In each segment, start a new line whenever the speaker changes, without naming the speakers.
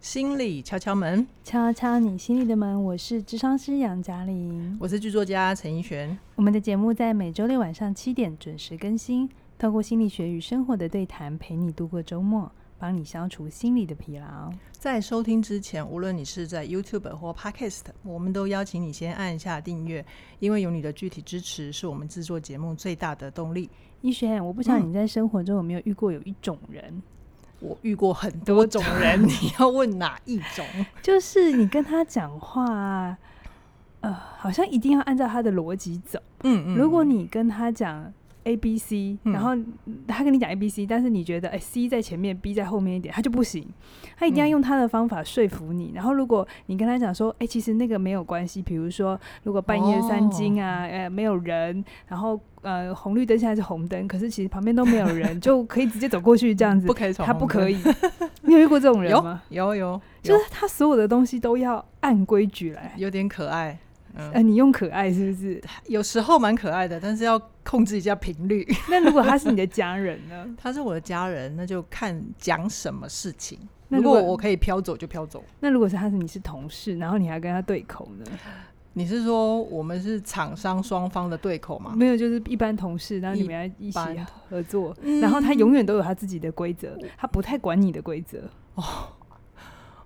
心理敲敲门，
敲敲你心里的门，我是智商师杨嘉玲。
我是剧作家陈奕璇。
我们的节目在每周六晚上七点准时更新，透过心理学与生活的对谈，陪你度过周末，帮你消除心理的疲劳。
在收听之前，无论你是在 YouTube 或 Podcast，我们都邀请你先按下订阅，因为有你的具体支持，是我们制作节目最大的动力。
一璇，我不知道
嗯
你在生活中有没有遇过有一种人，
我遇过很多种 人，你要问哪一种？
就是你跟他讲话，呃，好像一定要按照他的逻辑走。
嗯嗯
如果你跟他讲 A B C，、
嗯
然后他跟你讲 A B C，但是你觉得哎、C 在前面，B 在后面一点，他就不行，他一定要
嗯
用他的方法说服你。然后如果你跟他讲说，哎、其实那个没有关系，比如说如果半夜三更啊，
哦
呃，没有人，然后呃红绿灯现在是红灯，可是其实旁边都没有人， 就可以直接走过去这样子
嗯不，可以闯
他
红灯，
不可以。你有遇过这种 人
有
吗？
有有
就
有
是他所有的东西都要按规矩来。
有点可爱，嗯，
呃，你用可爱是不是？
有时候蛮可爱的，但是要控制一下频率。
那如果他是你的家人呢？
他是我的家人，那就看讲什么事情。
那
如
如
果
果
我可以飘走就飘走。
那如果是他是你是同事，然后你还跟他对口呢？
你是说我们是厂商双方的对口吗？
没有，就是一般同事，然后你们要一起
般
合作，
嗯
然后他永远都有他自己的规则，他不太管你的规则。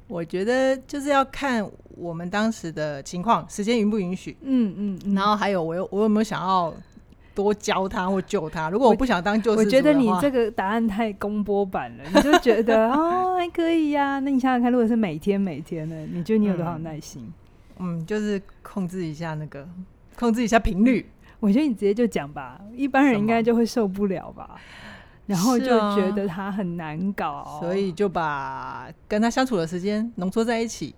我觉得就是要看我们当时的情况，时间允不允许，
嗯嗯，嗯
然后还有我有我有没有想要多教他或救他。如果我不想当救
我
世主
觉得
的
你
话
这个答案太公播版了，你就觉得哦还可以呀、那你想想看，如果是每天每天呢，你觉得你有多少
嗯
耐心？
嗯，就是控制一下那个，控制一下频率。
我觉得你直接就讲吧，一般人应该
什么
就会受不了吧，然后
是
就
啊
觉得他很难搞，
所以就把跟他相处的时间浓缩在一起，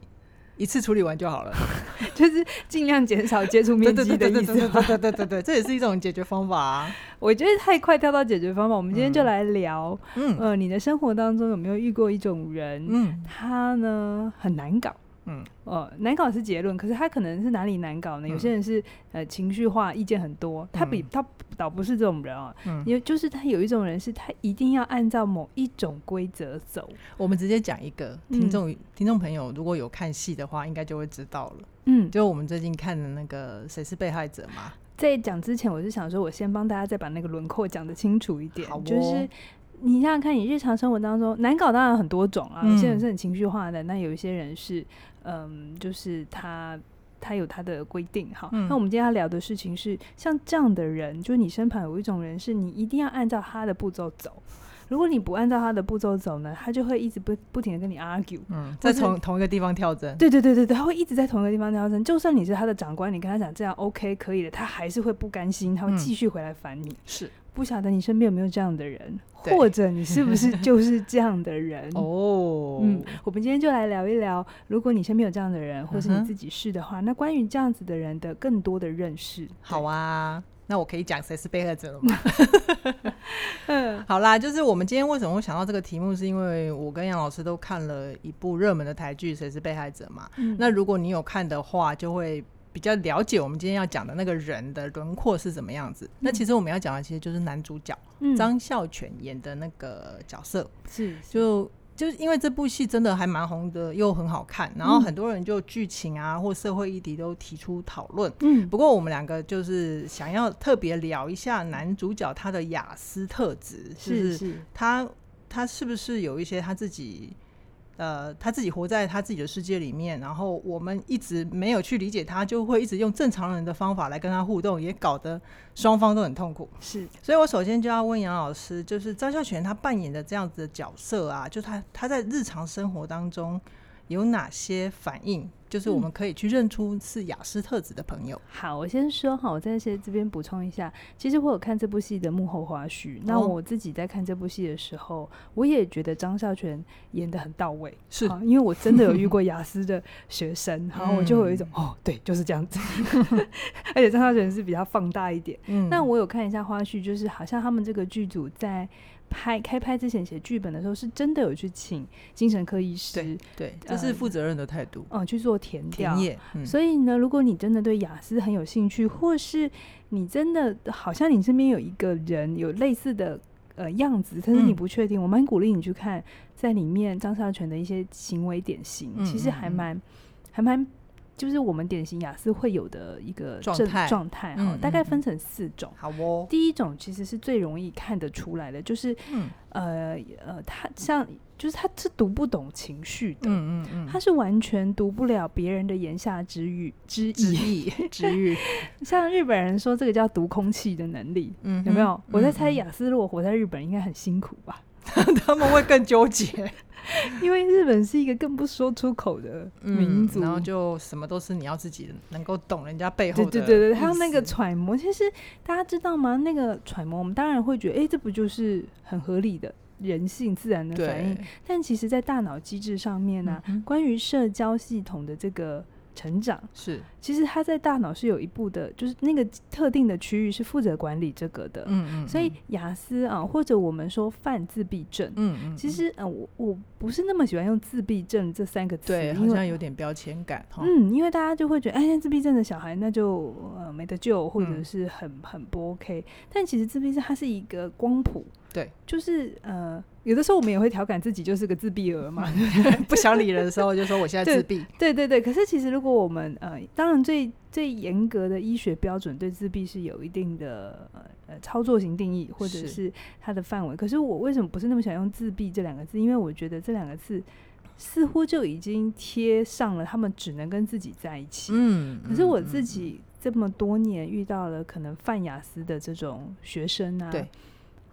一次处理完就好了。
就是尽量减少接触
对
面
对
积
对
的
对对
意思
对对对对对对，这也是一种解决方法、啊。
我觉得太快跳到解决方法，我们今天就
嗯
来聊，
嗯
呃，你的生活当中有没有遇过一种人，
嗯
他呢很难搞，
嗯，
呃，难搞是结论，可是他可能是哪里难搞呢？有
嗯
些人是呃情绪化，意见很多，他比
嗯
他倒不是这种人啊，
嗯，
也就是他有一种人是他一定要按照某一种规则走，
我们直接讲一个听众、
嗯
听众朋友，如果有看戏的话，应该就会知道了。
嗯，
就我们最近看的那个《谁是被害者》嘛，
在讲之前，我是想说，我先帮大家再把那个轮廓讲得清楚一点，
好哦
就是。你想想看，你日常生活当中难搞当然很多种啊，
嗯
有些人是很情绪化的，那有一些人是，嗯，就是他他有他的规定哈。
嗯
那我们今天要聊的事情是，像这样的人，就是你身旁有一种人，是你一定要按照他的步骤走，如果你不按照他的步骤走呢，他就会一直不不停的跟你 argue，
嗯，在
是
同同一个地方跳针。
对对对对对，他会一直在同一个地方挑战。就算你是他的长官，你跟他讲这样 OK 可以的，他还是会不甘心，他会
嗯
继续回来烦你。
是
不晓得你身边有没有这样的人，
对
或者你是不是就是这样的人？
哦，
嗯，我们今天就来聊一聊，如果你身边有这样的人，或是
嗯
你
哼
自己是的话，那关于这样子的人的更多的认识。
好啊。那我可以讲谁是被害者了 吗？
嗯，
好啦，就是我们今天为什么会想到这个题目，是因为我跟杨老师都看了一部热门的台剧《谁是被害者》嘛。
嗯
那如果你有看的话，就会比较了解我们今天要讲的那个人的轮廓是怎么样子。那其实我们要讲的其实就是男主角
嗯
张孝全演的那个角色，
是是
就就是因为这部戏真的还蛮红的，又很好看，然后
嗯
很多人就剧情啊或社会议题都提出讨论。
嗯
不过我们两个就是想要特别聊一下男主角他的雅思特质，就是
是是
他他是不是有一些他自己呃他自己活在他自己的世界里面，然后我们一直没有去理解他，就会一直用正常人的方法来跟他互动，也搞得双方都很痛苦。
是
所以我首先就要问杨老师，就是张孝全他扮演的这样子的角色啊，就他他在日常生活当中有哪些反应，就是
嗯
我们可以去认出是雅思特质的朋友。
好，我先说好，我在这这边补充一下，其实我有看这部戏的幕后花絮。那
哦
我自己在看这部戏的时候，我也觉得张孝全演的很到位，
是
啊，因为我真的有 遇过雅思的学生，然后我就有一种、
嗯
哦，对，就是这样子。 而且张孝全是比较放大一点。
嗯
那我有看一下花絮，就是好像他们这个剧组在拍开拍之前写剧本的时候，是真的有去请精神科医师
对，对，这是负责任的态度。
嗯，去做填呃调
田。野，嗯，
所以呢，如果你真的对雅思很有兴趣，或是你真的好像你身边有一个人有类似的呃样子，但是你
嗯
不确定，我蛮鼓励你去看在里面张孝全的一些行为典型，
嗯
其实
嗯
还
嗯
蛮还蛮。就是我们典型雅思会有的一个
状
症
态
状态哈
嗯，
大概
嗯
分成四种。
好哦，
第一种其实是最容易看得出来的，就是
嗯
呃呃，他像就是他是读不懂情绪的，
嗯嗯嗯，
他是完全读不了别人的言下之语之
直
意。
译直译，
像日本人说这个叫读空气的能力，
嗯
有没有
哼？
我在
嗯
猜
嗯
雅思如果活在日本应该很辛苦吧，
他们会更纠 结，
因为日本是一个更不说出口的民
嗯
族，
然后就什么都是你要自己能够懂人家背后
对
的，
对对对，还有那个，揣摩，其实大家知道吗？那个揣摩，我们当然会觉得，哎、这不就是很合理的人性自然的反应
对？，
但其实，在大脑机制上面呢、啊
嗯哼
关于社交系统的这个成长，
是，
其实它在大脑是有一部的，就是那个特定的区域是负责管理这个的。
嗯嗯，
呃所以雅思啊，或者我们说泛自闭症，
嗯，嗯嗯，
其实呃，我我不是那么喜欢用自闭症这三个词，
对，好
因
像
为
有点哦标签感哈，
嗯，因为大家就会觉得，哎，自闭症的小孩那就呃没得救，或者
嗯
是很很不 OK。但其实自闭症它是一个光谱，
对，
就是呃，有的时候我们也会调侃自己就是个自闭儿嘛，
不想理人的时候就说我现在
嗯
自
对
闭，
对对对，可是其实如果我们呃，当然最最严格的医学标准对自闭是有一定的呃呃操作型定义或者
是
是它的范围。可是我为什么不是那么想用自闭这两个字？因为我觉得这两个字似乎就已经贴上了他们只能跟自己在一起。
嗯，
可是我
嗯
自，己这么多年遇到了可能泛雅思的这种学生啊，
对，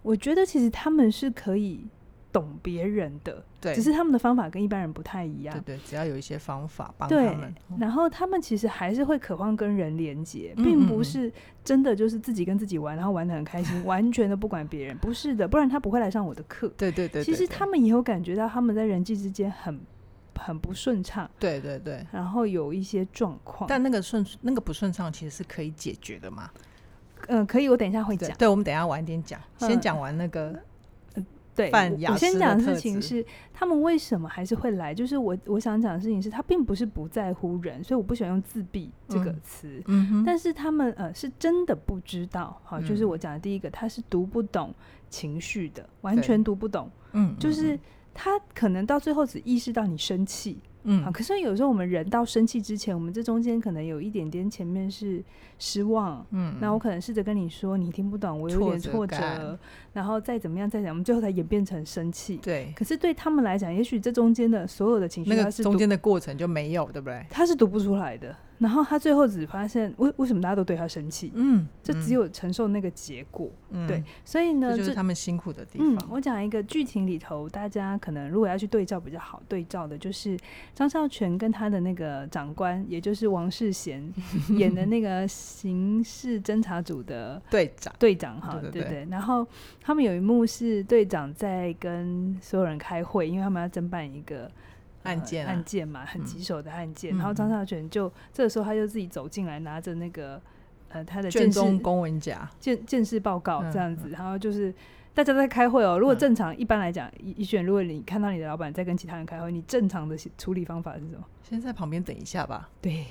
我觉得其实他们是可以懂别人的，
嗯对，
只是他们的方法跟一般人不太一样
对。对，只要有一些方法帮他
对
们，哦
然后他们其实还是会渴望跟人连接，
嗯嗯
并不
嗯
是真的就是自己跟自己玩，然后玩的很开心，完全的不管别人。不是的，不然他不会来上我的课。
对对对，
其
对
实
对
他们也有感觉到他们在人际之间很很不顺畅，
对对对，
然后有一些状况。
但那个顺那个不顺畅其实是可以解决的嘛，
嗯，可以，我等一下会
对
讲。
对，我们等一下晚一点讲，先
嗯
讲完那个，
对，
泛
我
雅
我先
思的
讲的事
特
情
质
是，他们为什么还是会来？就是我我想讲的事情是，他并不是不在乎人，所以我不喜欢用自闭这个
嗯
词。
嗯哼，
但是他们呃是真的不知道，好、就是
嗯
我讲的第一个，他是读不懂情绪的，完
对
全读不懂，
嗯，
就
嗯
是他可能到最后只意识到你生气，
嗯
好、，可是有时候我们人到生气之前，我们这中间可能有一点点前面是失望。
嗯，
那我可能试着跟你说，你听不懂，我有
挫
点
折
挫折，
感
然后再怎么样，再怎么样，我们最后才演变成生气。
对
可是对他们来讲，也许这中间的所有的情绪，
那
他
个
是
中
读
间的过程就没有，对不对？
他是读不出来的。然后他最后只发现，为为什么大家都对他生气？
嗯，
就
嗯
只有承受那个结果。
嗯
对，所以呢，
这就
这
是他们辛苦的地
嗯，
方。
我讲一个剧情里头，大家可能如果要去对照比较好对照的，就是张孝全跟他的那个长官，也就是王世贤 演的那个刑事侦查组的
队长，
队长哈，
对对
对然后他们有一幕是队长在跟所有人开会，因为他们要侦办一个。呃
案件啊
案件嘛，很
嗯
棘手的案件。
嗯
然后
嗯
张孝全就这个时候他就自己走进来，拿着那个呃他的
卷
见识
宗公文夹，
见见识报告
嗯
这样子，然后就是大家在开会哦。如果
嗯
正常，一般来讲，一一选，如果你看到你的老板在跟其他人开会，你正常的处理方法是什么？
先在旁边等一下吧。
对，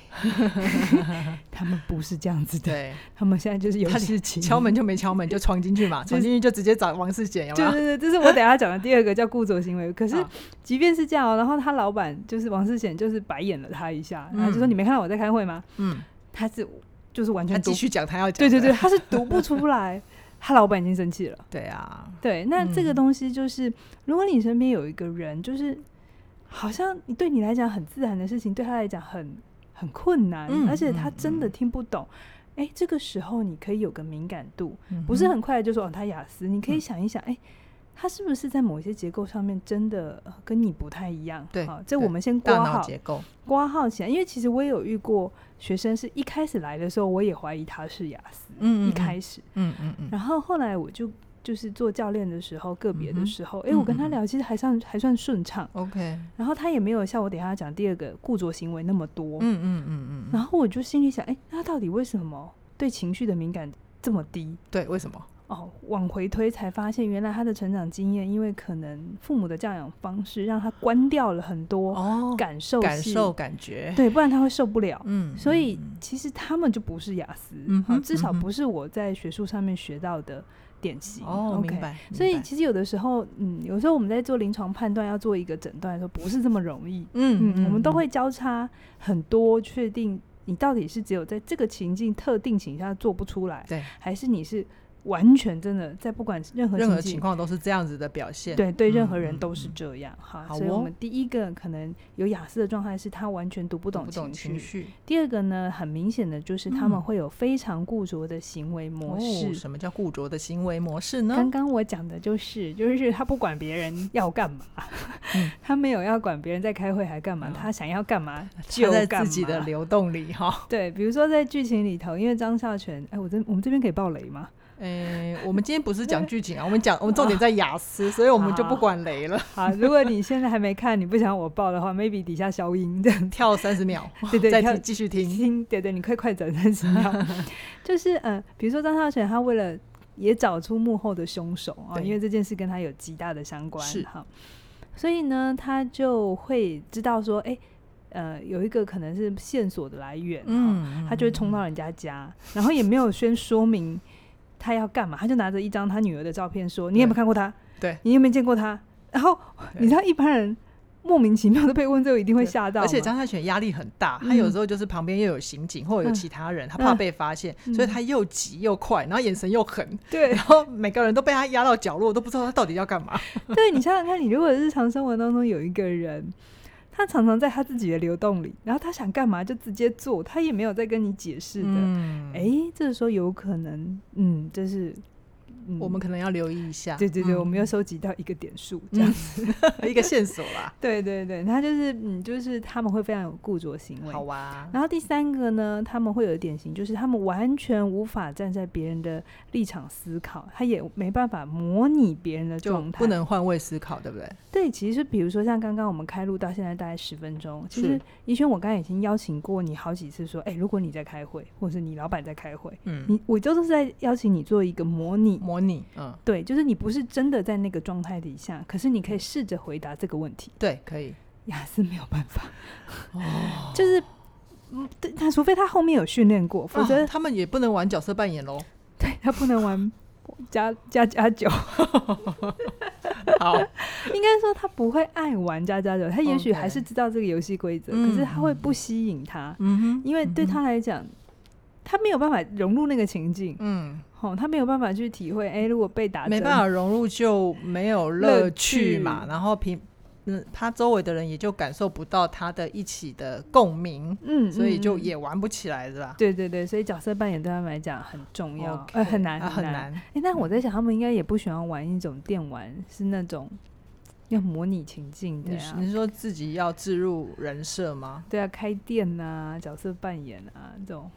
他们不是这样子的，
对，
他们现在就是有
他
事情
敲。门就没敲门，就闯进去嘛，
就
闯
是
进 去就直接找王世杰，有没
对
有？
对对，这是我等一下讲的第二个叫固着行为。可是
啊
即便是这样、哦，然后他老板就是王世贤，就是白眼了他一下，然后就说：“
嗯
你没看到我在开会吗
嗯，？”
他是就是完
他
全读
继，续讲他要讲
对
的。
对对，他是读不出来，他老板已经生气了。
对啊，
对，那这个
嗯
东西就是，如果你身边有一个人，就是好像你对你来讲很自然的事情，对他来讲很很困难，
嗯
而且
嗯
他真的
嗯
听不懂。哎、这个时候你可以有个敏感度，
嗯
不是
哼嗯
很快就说哦他雅思，你可以想一想，哎、他是不是在某些结构上面真的呃跟你不太一样？
对
好这我
对
们先
大
挂
脑
号
结构，
挂号起来，因为其实我也有遇过学生是一开始来的时候，我也怀疑他是雅思，
嗯
一开，始，
嗯嗯嗯嗯，
然后后来我就就是做教练的时候，个别
嗯
的
哼
时候，诶，我跟他
嗯嗯嗯
聊，其实还算还算顺畅。
OK，嗯
然后他也没有像我等一下讲第二个固着行为那么多。
嗯嗯嗯嗯，
然后我就心里想，诶，那他到底为什么对情绪的敏感这么低？
对，为什么？
哦，往回推才发现，原来他的成长经验，因为可能父母的教养方式，让他关掉了很多
哦，
感受
感
系
受感觉，
对，不然他会受不了。
嗯，
所以
嗯
其实他们就不是雅思，
嗯
好
哼
至少
嗯哼
不是我在学术上面学到的典型。
哦，
OK
明白。
所以
明白
其实有的时候，嗯，有时候我们在做临床判断要做一个诊断的时候，不是这么容易。
嗯
嗯，我们都会交叉很多，确定你到底是只有在这个情境特定情下做不出来，
对
还是你是完全真的在不管任何
任何
情
情
境。
况都是这样子的表现。
对对，
嗯
任何人
嗯
都是
嗯
这样哈、
好
所以我
哦
们第一个可能有雅思的状态是他完全读不
读
懂
不懂
情
情
绪。
绪
第二个呢，很明显的就是他们
嗯
会有非常固着的行为模式。
哦，什么叫固着的行为模式呢？
刚刚我讲的就是，就是他不管别人要干嘛，
嗯
他没有要管别人在开会还干嘛，
嗯
他想要干嘛就
他在
干
自己的
嘛
流动里哈。
对，比如说在剧情里头，因为张孝全，哎，我这我们这边可以爆雷吗？
诶，我们今天不是讲剧情啊，我们讲我们重点在雅思，所以我们就不管雷了，
好，如果你现在还没看，你不想我爆的话，maybe 底下消音这样子。
跳三十秒，
对对，
再
跳
听继续听。
听，对对，你快快转三十秒。 就是呃，比如说张孝全，他为了也找出幕后的凶手啊、
对
因为这件事跟他有极大的相关，
是
哈，所以呢，他就会知道说，哎、呃，有一个可能是线索的来源，嗯，
嗯
他就会冲到人家家，然后也没有先说明他要干嘛，他就拿着一张他女儿的照片说：“你有没有看过他？
对
你有没有见过他？”然后
对
你知道一般人莫名其妙的被问这个一定会
对
吓到
嗯
嘛，
而且张泰全压力很大，
嗯
他有时候就是旁边又有刑警或者有
嗯
其他人，他怕被发现，
嗯
所以他又急又快，然后眼神又狠，
对
然后每个人都被他压到角落，都不知道他到底要干嘛。
对，你想想看，你如果日常生活当中有一个人。他常常在他自己的流动里，然后他想干嘛就直接做，他也没有再跟你解释的。
嗯
哎、这时候有可能，嗯，这是、嗯
我们可能要留意一下。
对对对，
嗯
我们又收集到一个点数，这样
一个线索啦，
对对对，他就是嗯，就是他们会非常有固着行为。
好啊。
然后第三个呢，他们会有典型，就是他们完全无法站在别人的立场思考，他也没办法模拟别人的
就
状态。
不能换位思考，对不对？
对，其实比如说像刚刚我们开录到现在大概十分钟，其实
是
怡轩，我刚才已经邀请过你好几次说，哎，如果你在开会，或者是你老板在开会，
嗯，
你我就是在邀请你做一个模拟。
模拟，嗯，
对，就是你不是真的在那个状态底下，可是你可以试着回答这个问题。
对，可以。
雅思没有办法，
哦，
就是，嗯，对，他除非他后面有训练过，否
否
则、
则哦他们也不能玩角色扮演喽。
对他不能玩加加加 九。
好，
应该说他不会爱玩加加九，他也许
OK
还是知道这个游戏规则，
哦嗯
可是他会不吸引他，
嗯哼
因为对，他来讲，他没有办法融入那个情境，
嗯，
哦，他没有办法去体会，哎、如果被打，
没办法，融入就没有乐趣
乐
嘛，
趣
然后平。嗯，他周围的人也就感受不到他的一起的共鸣，
嗯，
所以就
嗯。
也玩不起来，是吧？
对对对，所以角色扮演对他们来讲很重要
OK，
呃，很难
啊很
难。
难。
哎、那我在想，他们应该也不喜欢玩一种电玩，是那种要模拟情境的
你
呀、
你是说自己要置入人设吗？
对啊，开店呐、角色扮演啊，这种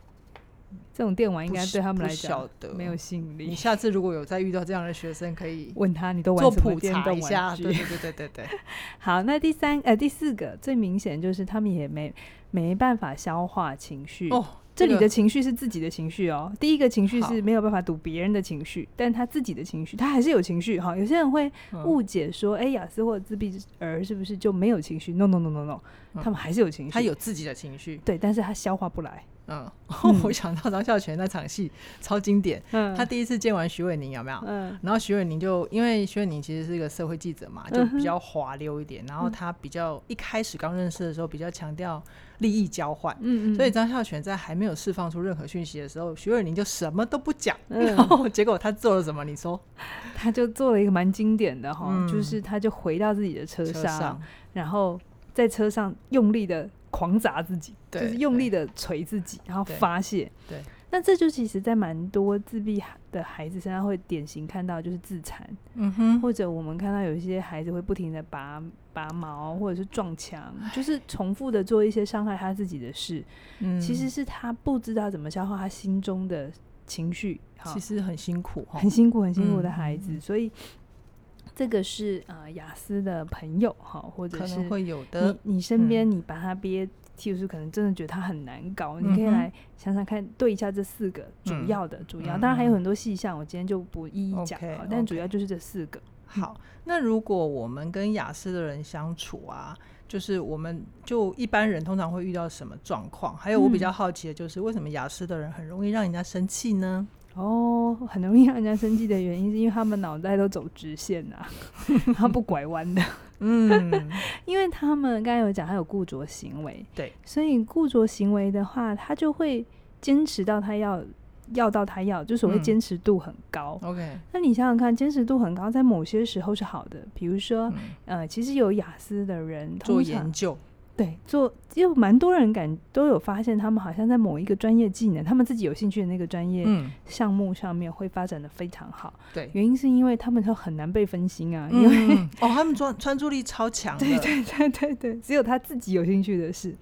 这种电玩应该
不
对他们
不
来
晓
讲
得
没有。吸引
你
力。
下次如果有再遇到这样的学生，可 以
问他你都玩
做
什么
普
电
查
动
一下。
玩
对
具？
对对对对对。
好，那第三呃第四个最明显就是他们也没没办法消化情绪。
哦，
这里
个
的情绪是自己的情绪哦。第一个情绪
好
是没有办法读别人的情绪，但他自己的情绪，他还是有情绪哈。有些人会
嗯
误解说，哎、雅思或者自闭儿是不是就没有情绪？No No No No No，
嗯
他们还是有情绪。
他有自己的情绪。
对，但是他消化不来。
嗯，
嗯
我想到张孝全那场戏超经典，
嗯，
他第一次见完徐伟宁有没有？
嗯
然后徐伟宁就因为徐伟宁其实是一个社会记者嘛，就
嗯哼
比较滑溜一点。然后他比较一开始刚认识的时候，比较强调利益交换。
嗯嗯，
所以张孝全在还没有释放出任何讯息的时候，徐伟宁就什么都不讲。
嗯
然后结果他做了什么？你说？
他就做了一个蛮经典的哈，
嗯
就是他就回到自己的车
车上
然后在车上用力的狂砸自己，就
对
是用力的捶自己，然后
对
发泄。
对
那这就其实，在蛮多自闭的孩子身上会典型看到，就是自残，
嗯哼，
或者我们看到有一些孩子会不停的拔拔毛，或者是 撞墙，就是重复的做一些伤害他自己的事。
嗯
其实是他不知道怎么消化他心中的情绪，哈
其实很辛苦哈
很。辛苦、很辛苦的孩
嗯
子，所以这个是呃雅思的朋友哈，或者
可
是
能会有的
你，你
嗯
身边你把他憋，譬如说可能真的觉得他很难搞，你可以
嗯哼
来想想看，对一下这四个主
嗯
要的主要，
嗯
当然还有
嗯
很多细项，我今天就不一一讲
OK，
哈，但主
OK
要就是这四个。
好，那如果我们跟雅思的人相处啊，就是我们就一般人通常会遇到什么状况？还有我比
嗯
较好奇的就是，为什么雅思的人很容易让人家生气呢？
哦，很容易让人家生气的原因是因为他们脑袋都走直线呐、 他不拐弯的，
嗯，
因为他们刚才有讲他有固着行为，
对，
所以固着行为的话，他就会坚持到他要要到他要，就所谓
嗯
坚持度很高。
OK，
那你想想看，坚持度很高，在某些时候是好的，比如说，
嗯
呃，其实有雅思的人
做
通
研
常
究，
对做，有蛮多人感都有发现，他们好像在某一个专业技能，他们自己有兴趣的那个专业
嗯，
项目上面会发展的非常好。
对，
原因是因为他们都很难被分心啊，因为、
嗯，哦，他们专专注力超强的，
对对对对对，只有他自己有兴趣的事。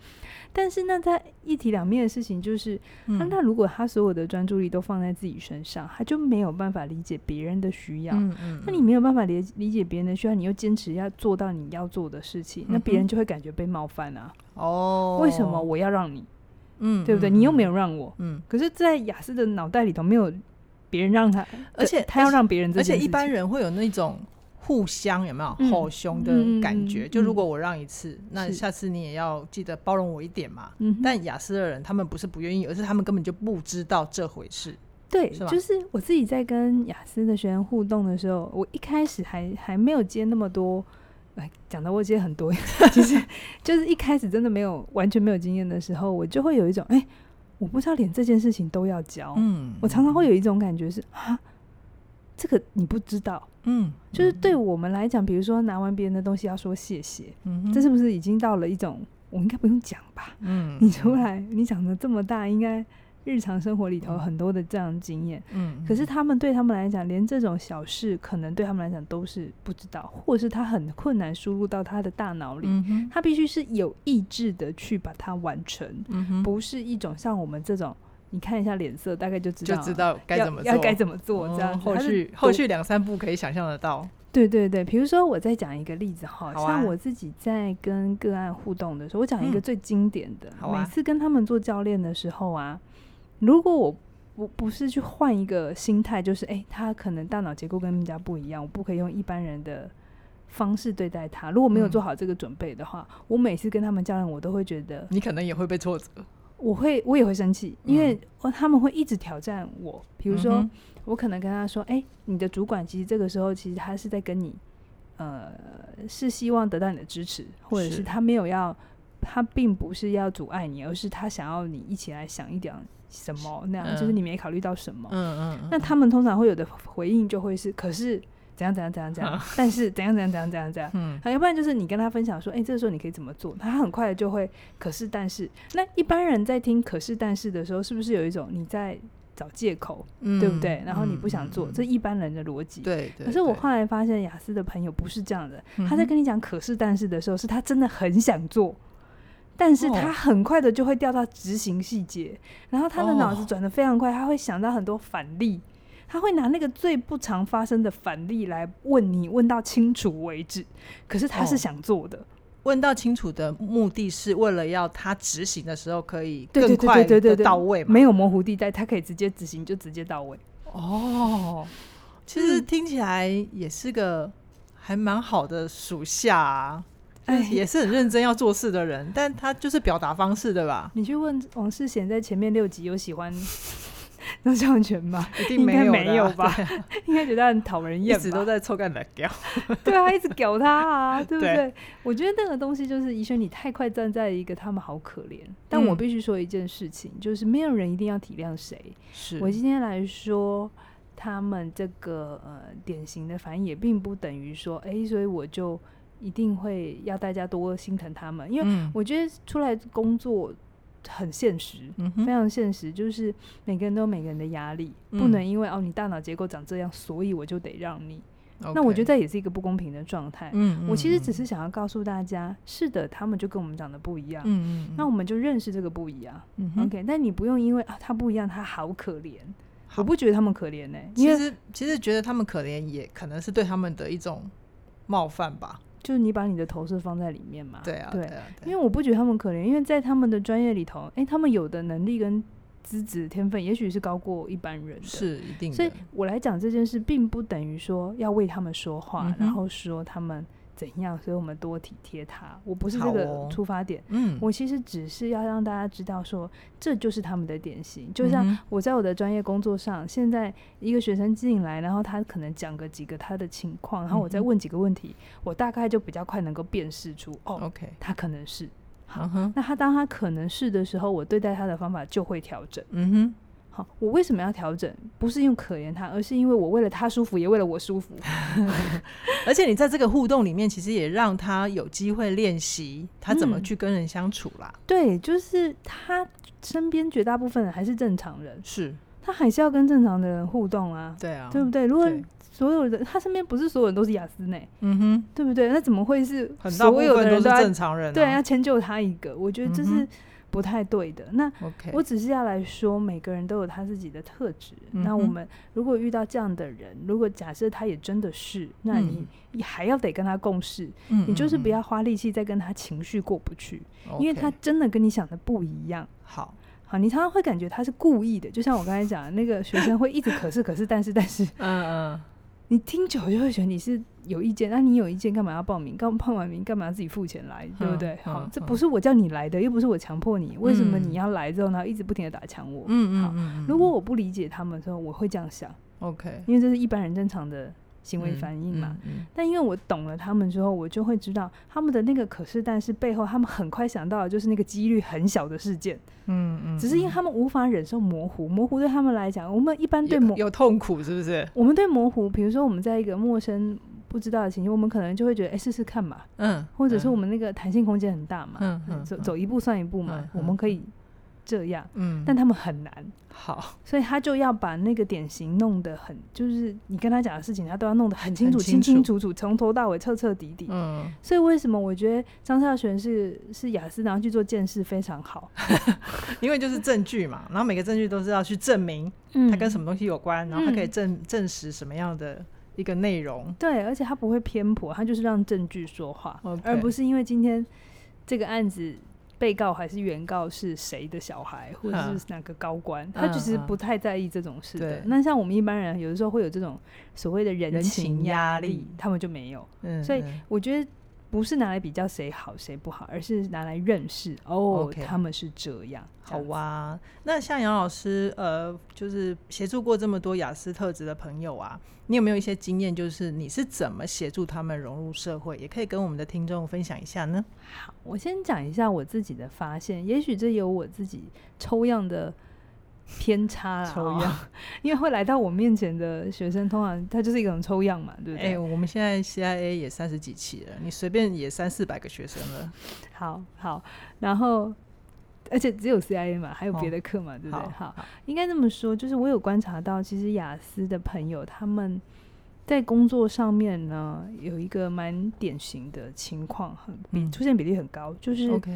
但是那在一体两面的事情就是，
嗯，
那、那如果他所有的专注力都放在自己身上，他就没有办法理解别人的需要。
嗯嗯，
那你没有办法理理解别人的需要，你又坚持要做到你要做的事情，那别
嗯
人
哼
就会感觉被冒犯啊。
哦，
为什么？我要让你，
嗯，
对不对？
嗯
你又
嗯
没，有让我，
嗯，
可是，在雅思的脑袋里头没有别人让他，
嗯而且
他要让别人这
而且
件事
一
情，
般人会有那种互相有没有
嗯
吼凶
嗯嗯
的感觉？
嗯
就
嗯
如果我让一次，那
是
下次你也要记得包容我一点嘛。
嗯哼，
但雅思的人，他们不是不愿意，而是他们根本就不知道这回事。
对，
是吧
就是我自己在跟雅思的学员互动的时候，我一开始还还没有接那么多，哎，讲的我接很多， 其实就是一开始真的没有完全没有经验的时候，我就会有一种，哎，我不知道连这件事情都要教，
嗯
哦我常常会有一种感觉是啊，这个你不知道，
嗯，
就是对我们来讲，比如说拿完别人的东西要说谢谢，
嗯，嗯
这是不是已经到了一种我应该不用讲吧？
嗯，
你出来，你长得这么大，应该日常生活里头有很多的这样的经验。
嗯，
可是他们对他们来讲，连这种小事可能对他们来讲都是不知道，或是他很困难输入到他的大脑里，
嗯哼，
他必须是有意志的去把它完成，
嗯哼，
不是一种像我们这种，你看一下脸色大概就知道
就
了
知道该
要
怎么
要
做，
该怎么做
哦
这样子。
后
他是
续
读
后续两三步可以想象得到。
对对对，比如说我再讲一个例子哈，
好啊
像我自己在跟个案互动的时候，我讲一个
嗯
最经典的，
好啊
每次跟他们做教练的时候啊，如果我不不是去换一个心态，就是诶，他可能大脑结构跟人家不一样，我不可以用一般人的方式对待他。如果没有
嗯
做好这个准备的话，我每次跟他们教练，我都会觉得
你可能也会被挫折，
我会我也会生气，因为
嗯
哦他们会一直挑战我，比
比
如说。我可能跟他说：“哎、你的主管其实这个时候其实他是在跟你，呃，是希望得到你的支持，或者
是
是他没有要，他并不是要阻碍你，而是他想要你一起来想一点什么，那样、
嗯
就是你没考虑到什么。
嗯嗯，
那他们通常会有的回应就会是：可是怎样怎样怎样怎样，但是怎样怎样怎样怎样怎样。”
嗯
啊，要不然就是你跟他分享说，哎、这个时候你可以怎么做，他很快就会。可是但是，那一般人在听可是但是的时候，是不是有一种你在找借口？
嗯，
对不对？然后你不想
嗯
做，
嗯
这一般人的逻辑。。
对对。
可是我
对
后来发现，雅思的朋友不是这样的，他
嗯
在
哼
跟你讲可是但是的时候，是他真的很想做，但是
哦
他很快的就会掉到执行细节，然后他的脑子
哦
转得非常快，他会想到很多反例。他会拿那个最不常发生的反例来问你，问到清楚为止。可是他是
哦
想做的，
问到清楚的目的是为了要他执行的时候可以
对对
更快
对对对
的
对，
到位嘛？
没有模糊地带，他可以直接执行就直接到位。
哦，其实听起来也是个还蛮好的属下、啊，就
哎
是也是很认真要做事的人，但他就是表达方式对吧？
你去问王世贤在前面六集有喜欢 那项权吗？
一定
应该
没有的啊
没有 吧？
对
应该觉得他很讨人
一
厌
直都
吧？
在臭干的掉。
对啊，一直屌他啊，对不对？
对
我觉得那个东西就是，宜轩，你太快站在一个他们好可怜。但
嗯
我必须说一件事情，就是没有人一定要体谅谁。
是
我今天来说。他们这个呃典型的反应也并不等于说，哎、所以我就一定会要大家多心疼他们，因为
嗯
我觉得出来工作很现实，
嗯
非
哼
常现实，就是每个人都有每个人的压力，不
嗯
能因为哦你大脑结构长这样，所以我就得让你。
，OK，
那我觉得这也是一个不公平的状态。
嗯，嗯，
我其实只
嗯
是想要告诉大家，是的，他们就跟我们长得不一样，
嗯嗯，
那我们就认识这个不一样。
嗯哼
OK，但你不用因为啊他不一样，他好可怜，我
好
不觉得他们可怜呢、
其
因为
实其实觉得他们可怜，也可能是对他们的一种冒犯吧。
就是你把你的投射放在里面嘛。
对啊，
对
啊，
因
对
为
啊，
我不觉得他们可怜，因为在他们的专业里头，诶，他们有的能力跟资质、天分，也许是高过一般人的。
是一定的。
所以我来讲这件事，并不等于说要为他们说话，
嗯哼
然后说他们怎样，所以我们多体贴他。我不是这
好
个
哦
出发点，
嗯，
我其实只是要让大家知道说，这就是他们的典型。
嗯
就像我在我的专业工作上，现在一个学生进来，然后他可能讲个几个他的情况，然后我再
嗯哼
问几个问题，我大概就比较快能够辨识出，哦，
OK，
他可能是。好
嗯哼，
那他当他可能是的时候，我对待他的方法就会调整。
嗯哼，
好，我为什么要调整？不是用可怜他，而是因为我为了他舒服，也为了我舒服。
而且你在这个互动里面，其实也让他有机会练习他怎么
嗯
去跟人相处啦。
对，就是他身边绝大部分人还是正常人，
是，
他还是要跟正常的人互动啊，
对啊，
对不对？如果
对
所有人，他身边不是所有人都是雅思呢，
嗯哼，
对不对？那怎么会是
很大部
所有
分
的
都
人
是
都要
正常人、啊，
对要迁就他一个？我觉得这是
嗯
不太对的。那
OK，
我只是要来说，每个人都有他自己的特质。
嗯
那我
哼
们如果遇到这样的人，如果假设他也真的是，那
嗯
你你还要得跟他共事，
嗯
你就是
嗯
不要花力气再跟他情绪过不去，
嗯
因为他
OK，
真的跟你想的不一样。
好，
好，你常常会感觉他是故意的，就像我刚才讲的，那个学生会一直可是可是但是但是，
嗯嗯，
你听久了就会觉得你是有意见，那、你有意见干嘛要报名？干报完名干嘛自己付钱来，对不对？
嗯
好
嗯，
这不是我叫你来的，又不是我强迫你，为什么
嗯
你要来之后，然后一直不停的打枪我？
嗯
好
嗯嗯，
如果我不理解他们的时候，我会这样想，
OK
因为这是一般人正常的行为
嗯
反应嘛。，
嗯
但因为我懂了他们之后，我就会知道他们的那个可是但是背后，他们很快想到的就是那个几率很小的事件，
嗯嗯，
只是因为
嗯
他们无法忍受模糊，模糊对他们来讲，我们一般对模
有有痛苦是不是？
我们对模糊，比如说我们在一个陌生不知道的情境，我们可能就会觉得哎试试看嘛，
嗯，
或者是
嗯
我们那个弹性空间很大嘛，
嗯嗯
走
嗯
走一步算一步嘛，
嗯
我们可以这样，
嗯，
但他们很难，
好
所以他就要把那个典型弄得很，就是你跟他讲的事情，他都要弄得很清楚、
很清楚
清清楚楚，从头到尾、彻彻底底。
嗯，
所以为什么我觉得张孝全是是雅思，然后去做见识非常好，
因为就是证据嘛，然后每个证据都是要去证明
嗯
它跟什么东西有关，然后它可以
嗯
证证实什么样的一个内容。
对，而且他不会偏颇，他就是让证据说话
OK
而不是因为今天这个案子被告还是原告是谁的小孩，或者
嗯
是哪个高官，他其
嗯
实
嗯
不太在意这种事的
对。
那像我们一般人，有的时候会有这种所谓的人
人情
压
压
力
力，
他们就没有。
嗯，
所以
嗯
我觉得。不是拿来比较谁好谁不好，而是拿来认识哦
OK
他们是这样。
好
哇，
哇、那像杨老师，呃，就是协助过这么多雅思特质的朋友啊，你有没有一些经验，就是你是怎么协助他们融入社会，也可以跟我们的听众分享一下呢？
好，我先讲一下我自己的发现，也许这有我自己抽样的偏差啦、
抽
哦
样，
因为会来到我面前的学生，通常他就是一种抽样嘛，对不
哎、
对？
我们现在 CIA 也三十几期了，你随便也三四百个学生了，
好好，然后而且只有 CIA 嘛，还有
哦
别的课嘛，对不对？
好，
应该这么说，就是我有观察到，其实雅思的朋友他们在工作上面呢，有一个蛮典型的情况，很比
嗯
出现比例很高，就是
，OK，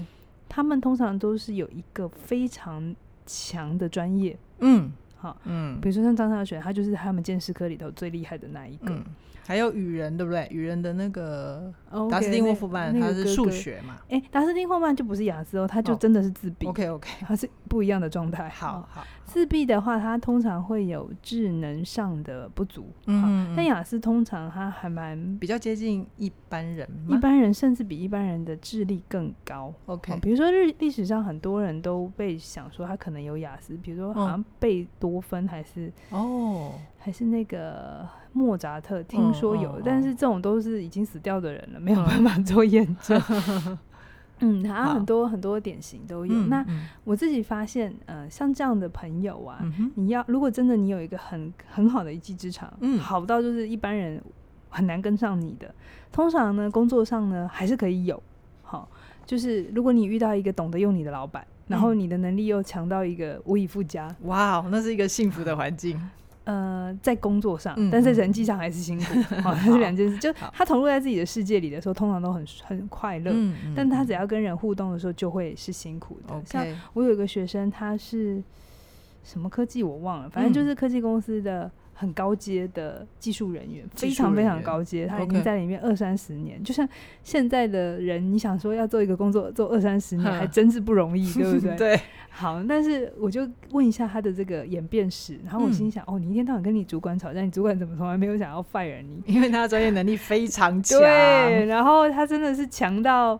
他们通常都是有一个非常强的专业，
嗯，
好，
嗯
比如说像张尚选，他就是他们建识科里头最厉害的那一个。
嗯，还有语人对不对？语人的那个
哦，
达斯汀
那
霍夫曼，
那
他
个
是
哥
数
哥。
学嘛
哎，达斯汀霍夫曼就不是雅思哦，他就
哦
真的是自闭，
？OK OK，
他是不一样的状态。
好
哦，
好，
自闭的话，他通常会有智能上的不足。好，
嗯，
但雅思通常他还蛮。
比较接近一般人
一
吗，
般人甚至比一般人的智力更高。
OK
哦比如说日历史上很多人都被想说他可能有雅思，比如说
嗯
好像贝多芬还是
哦，
还是那个莫扎特，听说有，
嗯嗯嗯
但是这种都是已经死掉的人了，没有办法做验 证。嗯，他
好
很多很多典型都有。
嗯
那
嗯
我自己发现，呃，像这样的朋友啊，
嗯哼
你要如果真的你有一个很很好的一技之长，
嗯
好到就是一般人很难跟上你的，通常呢工作上呢还是可以有。好，就是如果你遇到一个懂得用你的老板，然后
嗯
你的能力又强到一个无以复加，
哇哦，那是一个幸福的环境。
呃，在工作上，
嗯
但
嗯
是人际上还 是辛苦，好，它是两件事。就
好
他投入在自己的世界里的时候，通常都很很快乐，
嗯，
但他只
要
要跟人互动的时候，就会是辛苦的。像
OK，嗯
我有一个学生，他是什么科技我忘了，反正就是科技公司的很高阶的技术人员，
技
非
术
常非
人
常
员
高阶，他已
OK
经在里面二三十年。就像现在的人，你想说要做一个工作做二三 十年，还
哼
真是不容易，对 不对？
对，
好，但是我就问一下他的这个演变史，然后我
嗯
心想，哦，你一天到晚跟你主管吵架，你主管怎么从来没有想要 fire 你？
因为他的专业能力非常强，
对，然后他真的是强到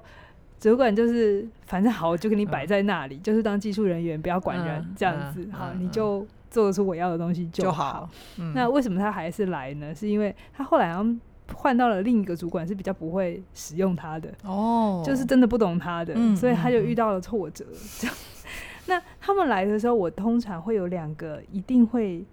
主管就是，反正好，我就给你摆在那里，就是当技术人员，不要管人、
嗯
这样子
嗯，
好，
嗯
你
嗯
就做出我要的东西
就
好。
好嗯
那为什么他还是来呢？是因为他后来好像换到了另一个主管是比较不会使用他的，
哦，
就是真的不懂他的，
嗯
所以他就
嗯
遇到了挫折。这样， 那他们来的时候，我通常会有两个，一定会，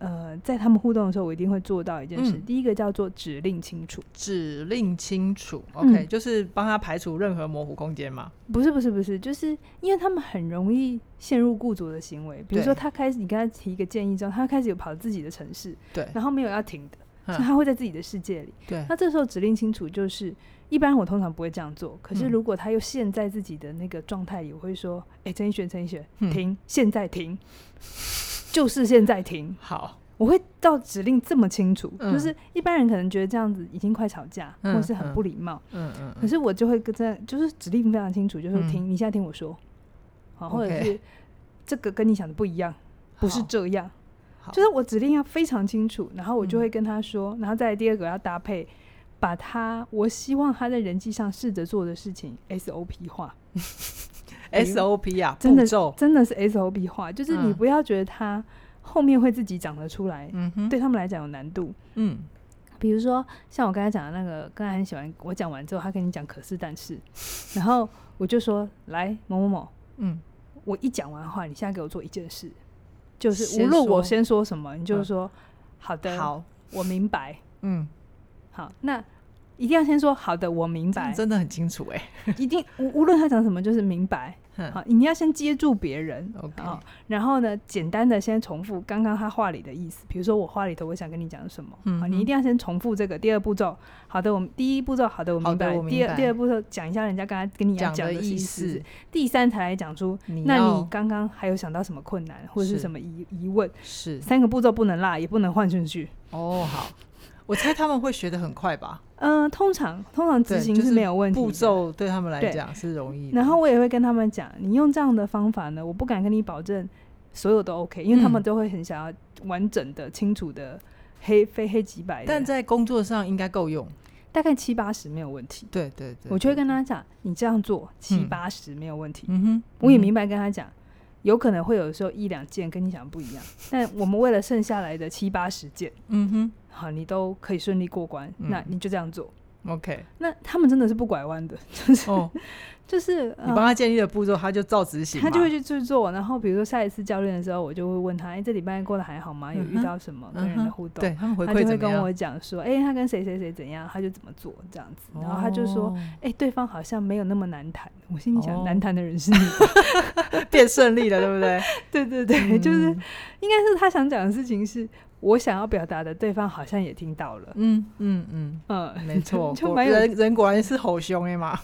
呃，在他们互动的时候，我一定会做到一件事。
嗯
第一个叫做指令清楚，
指令清楚，OK，、
嗯
就是帮他排除任何模糊空间嘛。
不是不是不是，就是因为他们很容易陷入雇主的行为，比如
对
说他开始你跟他提一个建议之后，他开始有跑自己的城市，
对
然后没有要停的。
嗯
所以他会在自己的世界里。
对，
那这时候指令清楚，就是一般我通常不会这样做。可是
嗯
如果他又陷在自己的那个状态里，我会说：“哎、陈奕迅，陈奕迅，
嗯
停，现在停，就是现在停。
好，”
我会到指令这么清楚，
嗯
就是一般人可能觉得这样子已经快吵架，
嗯
或是很不礼貌。
嗯嗯
可是我就会跟在，就是指令非常清楚，就是
嗯
听，你现在听我说，好，或者
OK
是这个跟你想的不一样，不是
好
这样，
好
就是我指令要非常清楚，然后我就
嗯
会跟他说，然后再来第二个要搭配，把他我希望他在人际上试着做的事情 SOP 化，
嗯 SOP 啊，
真的
步骤，
真的是 SOP 化，就是你
嗯
不要觉得他后面会自己长得出来，
嗯哼，
对他们来讲有难度。
嗯，
比如说，像我刚才讲的那个，刚才很喜欢我讲完之后，他跟你讲可是但 是，然后我就说来某某某，
嗯
我一讲完话，你现在给我做一件事，就是
先
无论我
说
先说什么，你就
嗯
说、好的，
嗯，，好，
我明白。
嗯，
好，那一定要先说好的，我明
这样
白。
真的很清楚哎、
一定无无论他讲什么，就是明白。
哼
好，你要先接住别人
OK
好然后呢，简单的先重复刚刚他话里的意思。比如说我话里头我想跟你讲什么，
嗯
好，
哼
你一定要先重复这个第二步骤。好的，我们第一步骤好的，我明白。
好的我明白
第二第二步骤讲一下人家刚才跟你要
讲
讲
的
意
意思，
第三才来讲出，
你
那
要
你刚刚还有想到什么困难或者是
是
什么疑疑问？
是
三个步骤不能落，也不能换顺序。
哦，好，我猜他们会学的很快吧，
嗯、通常通常执
对
行
就是是
没有问题的。
步骤对他们来
对
讲是容易的，
然后我也会跟他们讲，你用这样的方法呢，我不敢跟你保证所有都 OK，因为他们
嗯
都会很想要完整的、清楚的黑非黑即白的，
但在工作上应该够用，
大概七八十没有问题。
对对对，
我就会跟他讲，你这样做七
嗯
八十没有问题。
对，嗯哼，
我也
嗯哼
明白跟他讲，有可能会有时候一两件跟你想的不 一样，但我们为了剩下来的七八十件，
嗯
好，你都可以顺利过关，那
嗯
你就这样做。
哼，OK，
那他们真的是不拐弯的，就是、
哦，
就是
你
呃
帮他建立了步骤，他就照执行嘛，
他就会去去做。然后比如说下一次教练的时候，我就会问他：“哎、这礼拜过得还好吗？有遇
嗯哼
到什么跟
嗯
人的
哼，
互动？”
对他们回
他
馈
就会
怎么
跟
样？
我讲说：“哎、他跟谁谁谁怎样，他就怎么做这样子。”然后他就说。
哦
哎、对方好像没有那么难谈。我心里想，
哦
难谈的 人是你吧。
变顺利了，对不对？
对对对，就是
嗯
应该是他想讲的事情是我想要表达的，对方好像也听到了。
嗯嗯嗯，
嗯，
没错，
就
果
蛮有
人人果然是吼凶的嘛。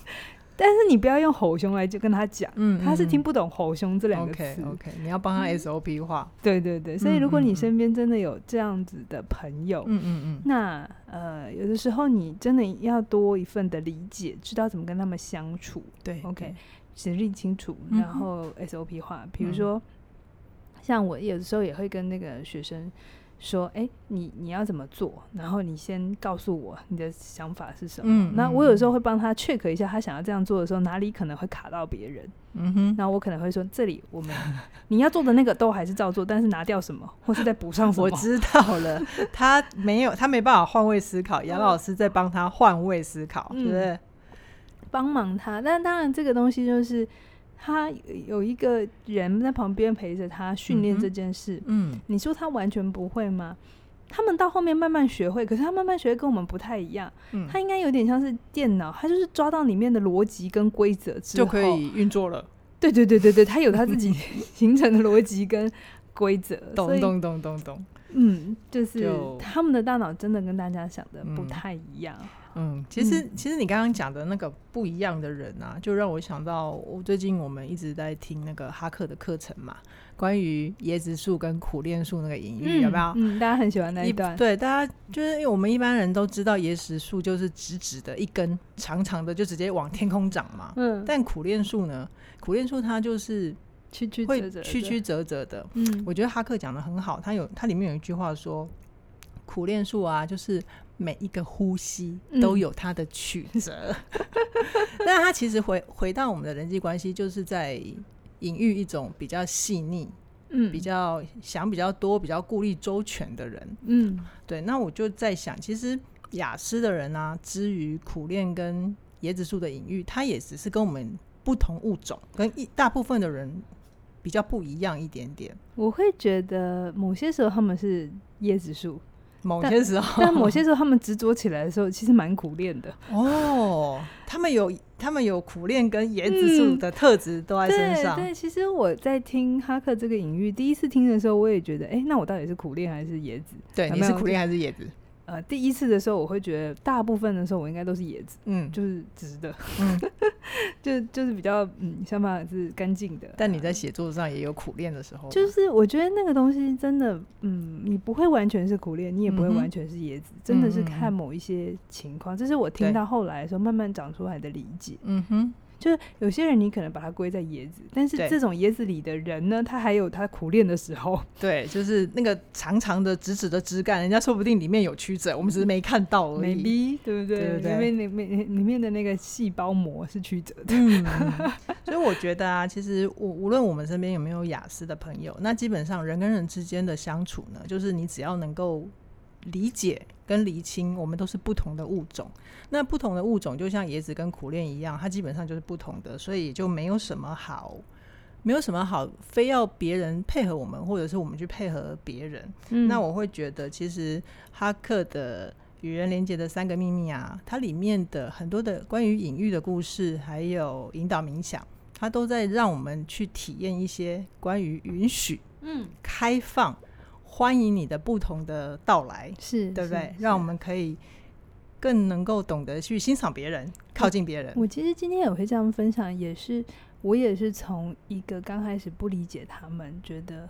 但是你不要用吼熊来就跟他讲，
嗯
他是听不懂吼熊这两个词。
OK OK，你要帮他 SOP 化。
对对对，所以如果
嗯嗯
你
嗯
身边真的有这样子的朋友，
嗯嗯
那呃，有的时候你真的要多一份的理解，知道怎么跟他们相处，
嗯，对
OK
对
指令清楚，
嗯
然
哼
后 SOP 化。比如
嗯
说，像我有的时候也会跟那个学生说：“哎、你你要怎么做？然后你先告诉我你的想法是什么。
嗯
那我有时候
嗯
会帮他 check 一下，他想要这样做的时候，哪里可能会卡到别人。
嗯哼，
那我可能会说：“这里我们 你要做的那个都还是照做，但是拿掉什么，或是再补上什么。”
我知道 了，他没有，他没办法换位思考，杨老师在帮他换位思考，
嗯
对不对？
帮忙他。但当然，这个东西就是他有一个人在旁边陪着他训
嗯
练
哼
这件事。
嗯，
你说他完全不会吗？他们到后面慢慢学会，可是他慢慢学会跟我们不太一样。
嗯
他应该有点像是电脑，他就是抓到里面的逻辑跟规则之后，
就可。以运作了，
对对对对对，他有他自己形成的逻辑跟规则。所
懂
以
懂懂懂懂。
嗯，就是
就
他们的大脑真的跟大家想的不
嗯
太一样。
嗯，其实其实你刚刚讲的那个不一样的人啊，就让我想到，我最近我们一直在听那个哈克的课程嘛，关于椰子树跟苦楝树那个隐喻，有没有？
嗯，大家很喜欢那一
一
段，
对，大家就是因为我们一般人都知道椰子树就是直直的一根长长的，就直接往天空长嘛。
嗯，
但苦楝树呢？苦楝树它就是
曲曲
会
折折，
曲曲，折折的。
嗯，
我觉得哈克讲的很好，他有他里面有一句话说，苦练术啊，就是每一个呼吸
嗯
都有它的曲折。 那他其实回回到我们的人际关系，就是在隐喻一种比较细腻、
嗯，
比，较想比较多、比较顾虑周全的人。
嗯，
对，那我就在想，其实雅思的人啊，之于苦练跟椰子树的隐喻，它也只是跟我们不同物种，跟一大部分的人比较不一样一点点。
我会觉得某些时候他们是椰 子树，
某
但
些时 候，
但某些时候他们执着起来的时候，其实蛮苦练的。
哦，他们有他们有苦练跟椰
嗯
子树的特质都在身上，
对对，其实我在听哈克这个隐喻，第一次听的时候，我也觉得，哎、那我到底是苦练还是椰子？
对
有
你
没
是
有
苦练还是椰子？
呃，第一次的时候，我会觉得大部分的时候我应该都是椰子，
嗯，
就是直的，
嗯
就就是比较嗯，想法是干净的。
但你在写作上也有苦练的时候，
就是我觉得那个东西真的，嗯，你不会完全是苦练，你也不会
嗯哼
完全是椰子，真的是
嗯嗯嗯
看某一些情况。这是我听
对
到后来的时候慢慢长出来的理解。
嗯哼，
就是有些人你可能把它归在椰子，但是
对
这种椰子里的人呢，他还有他苦练的时候。
对，就是那个长长的、直直的枝干，人家说不定里面有曲折，我们只是没看到而已。
maybe 对不对？
对对
里面里面里面的那个细胞膜是曲折的，
嗯， 所以我觉得啊，其实我无论我们身边有没有雅思的朋友，那基本上人跟人之间的相处呢，就是你只要能够理解跟厘清，我们都是不同的物种。那不同的物种，就像椰子跟苦楝一样，它基本上就是不同的，所以也就没有什么好。没有什么好，非要别人配合我们，或者是我们去配合别人。
嗯
那我会觉得，其实哈克的与人连接的三个秘密啊，它里面的很多的关于隐喻的故事，还有引导冥想，它都在让我们去体验一些关于允许、
嗯
开放、欢迎你的不同的到来，
是
对不对？
是
让我
是
们可以更能够懂得去欣赏别人、靠近别人。
我其实今天也会这样分享，也是我也是从一个刚开始不理解他们，觉得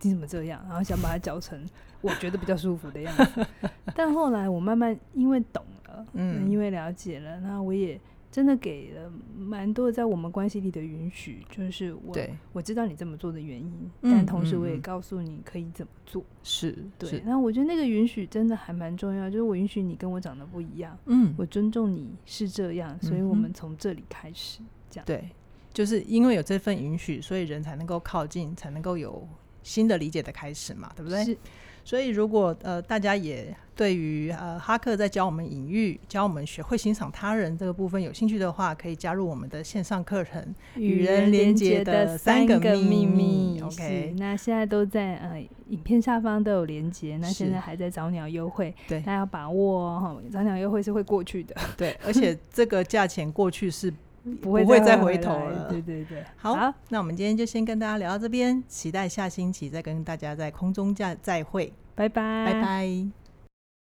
你怎么这样，然后想把它教成我觉得比较舒服的样子，但后来我慢慢因为懂了，
嗯
嗯，因为了解了，那我也。真的给了蛮多在我们关系里的允许，就是我
对，
我知道你这么做的原因，
嗯
但同时
嗯
我也
嗯
告诉你可以怎么做。
是，
对啊
是，，
那我觉得那个允许真的还蛮重要，就是我允许你跟我长得不一样，
嗯，
我尊重你是这样，所以
嗯哼
我们从这里开始。
对，就是因为有这份允许，所以人才能够靠近，才能够有新的理解的开始嘛，对不对？
是，
所以，如果呃大家也对于呃哈克在教我们隐喻、教我们学会欣赏他人这个部分有兴趣的话，可以加入我们的线上课程。与人连接的三个秘密
是
OK
那现在都在呃影片下方都有连接，那现
是
在还在早鸟优惠，
对
大家要把握哦，哈早鸟优惠是会过去的，
对，而且这个价钱过去是
不
会再
回
回头
来
了
对对对，
好。那我们今天就先跟大家聊到这边，期待下星期再跟大家在空中再再会，
拜
拜
拜，
拜。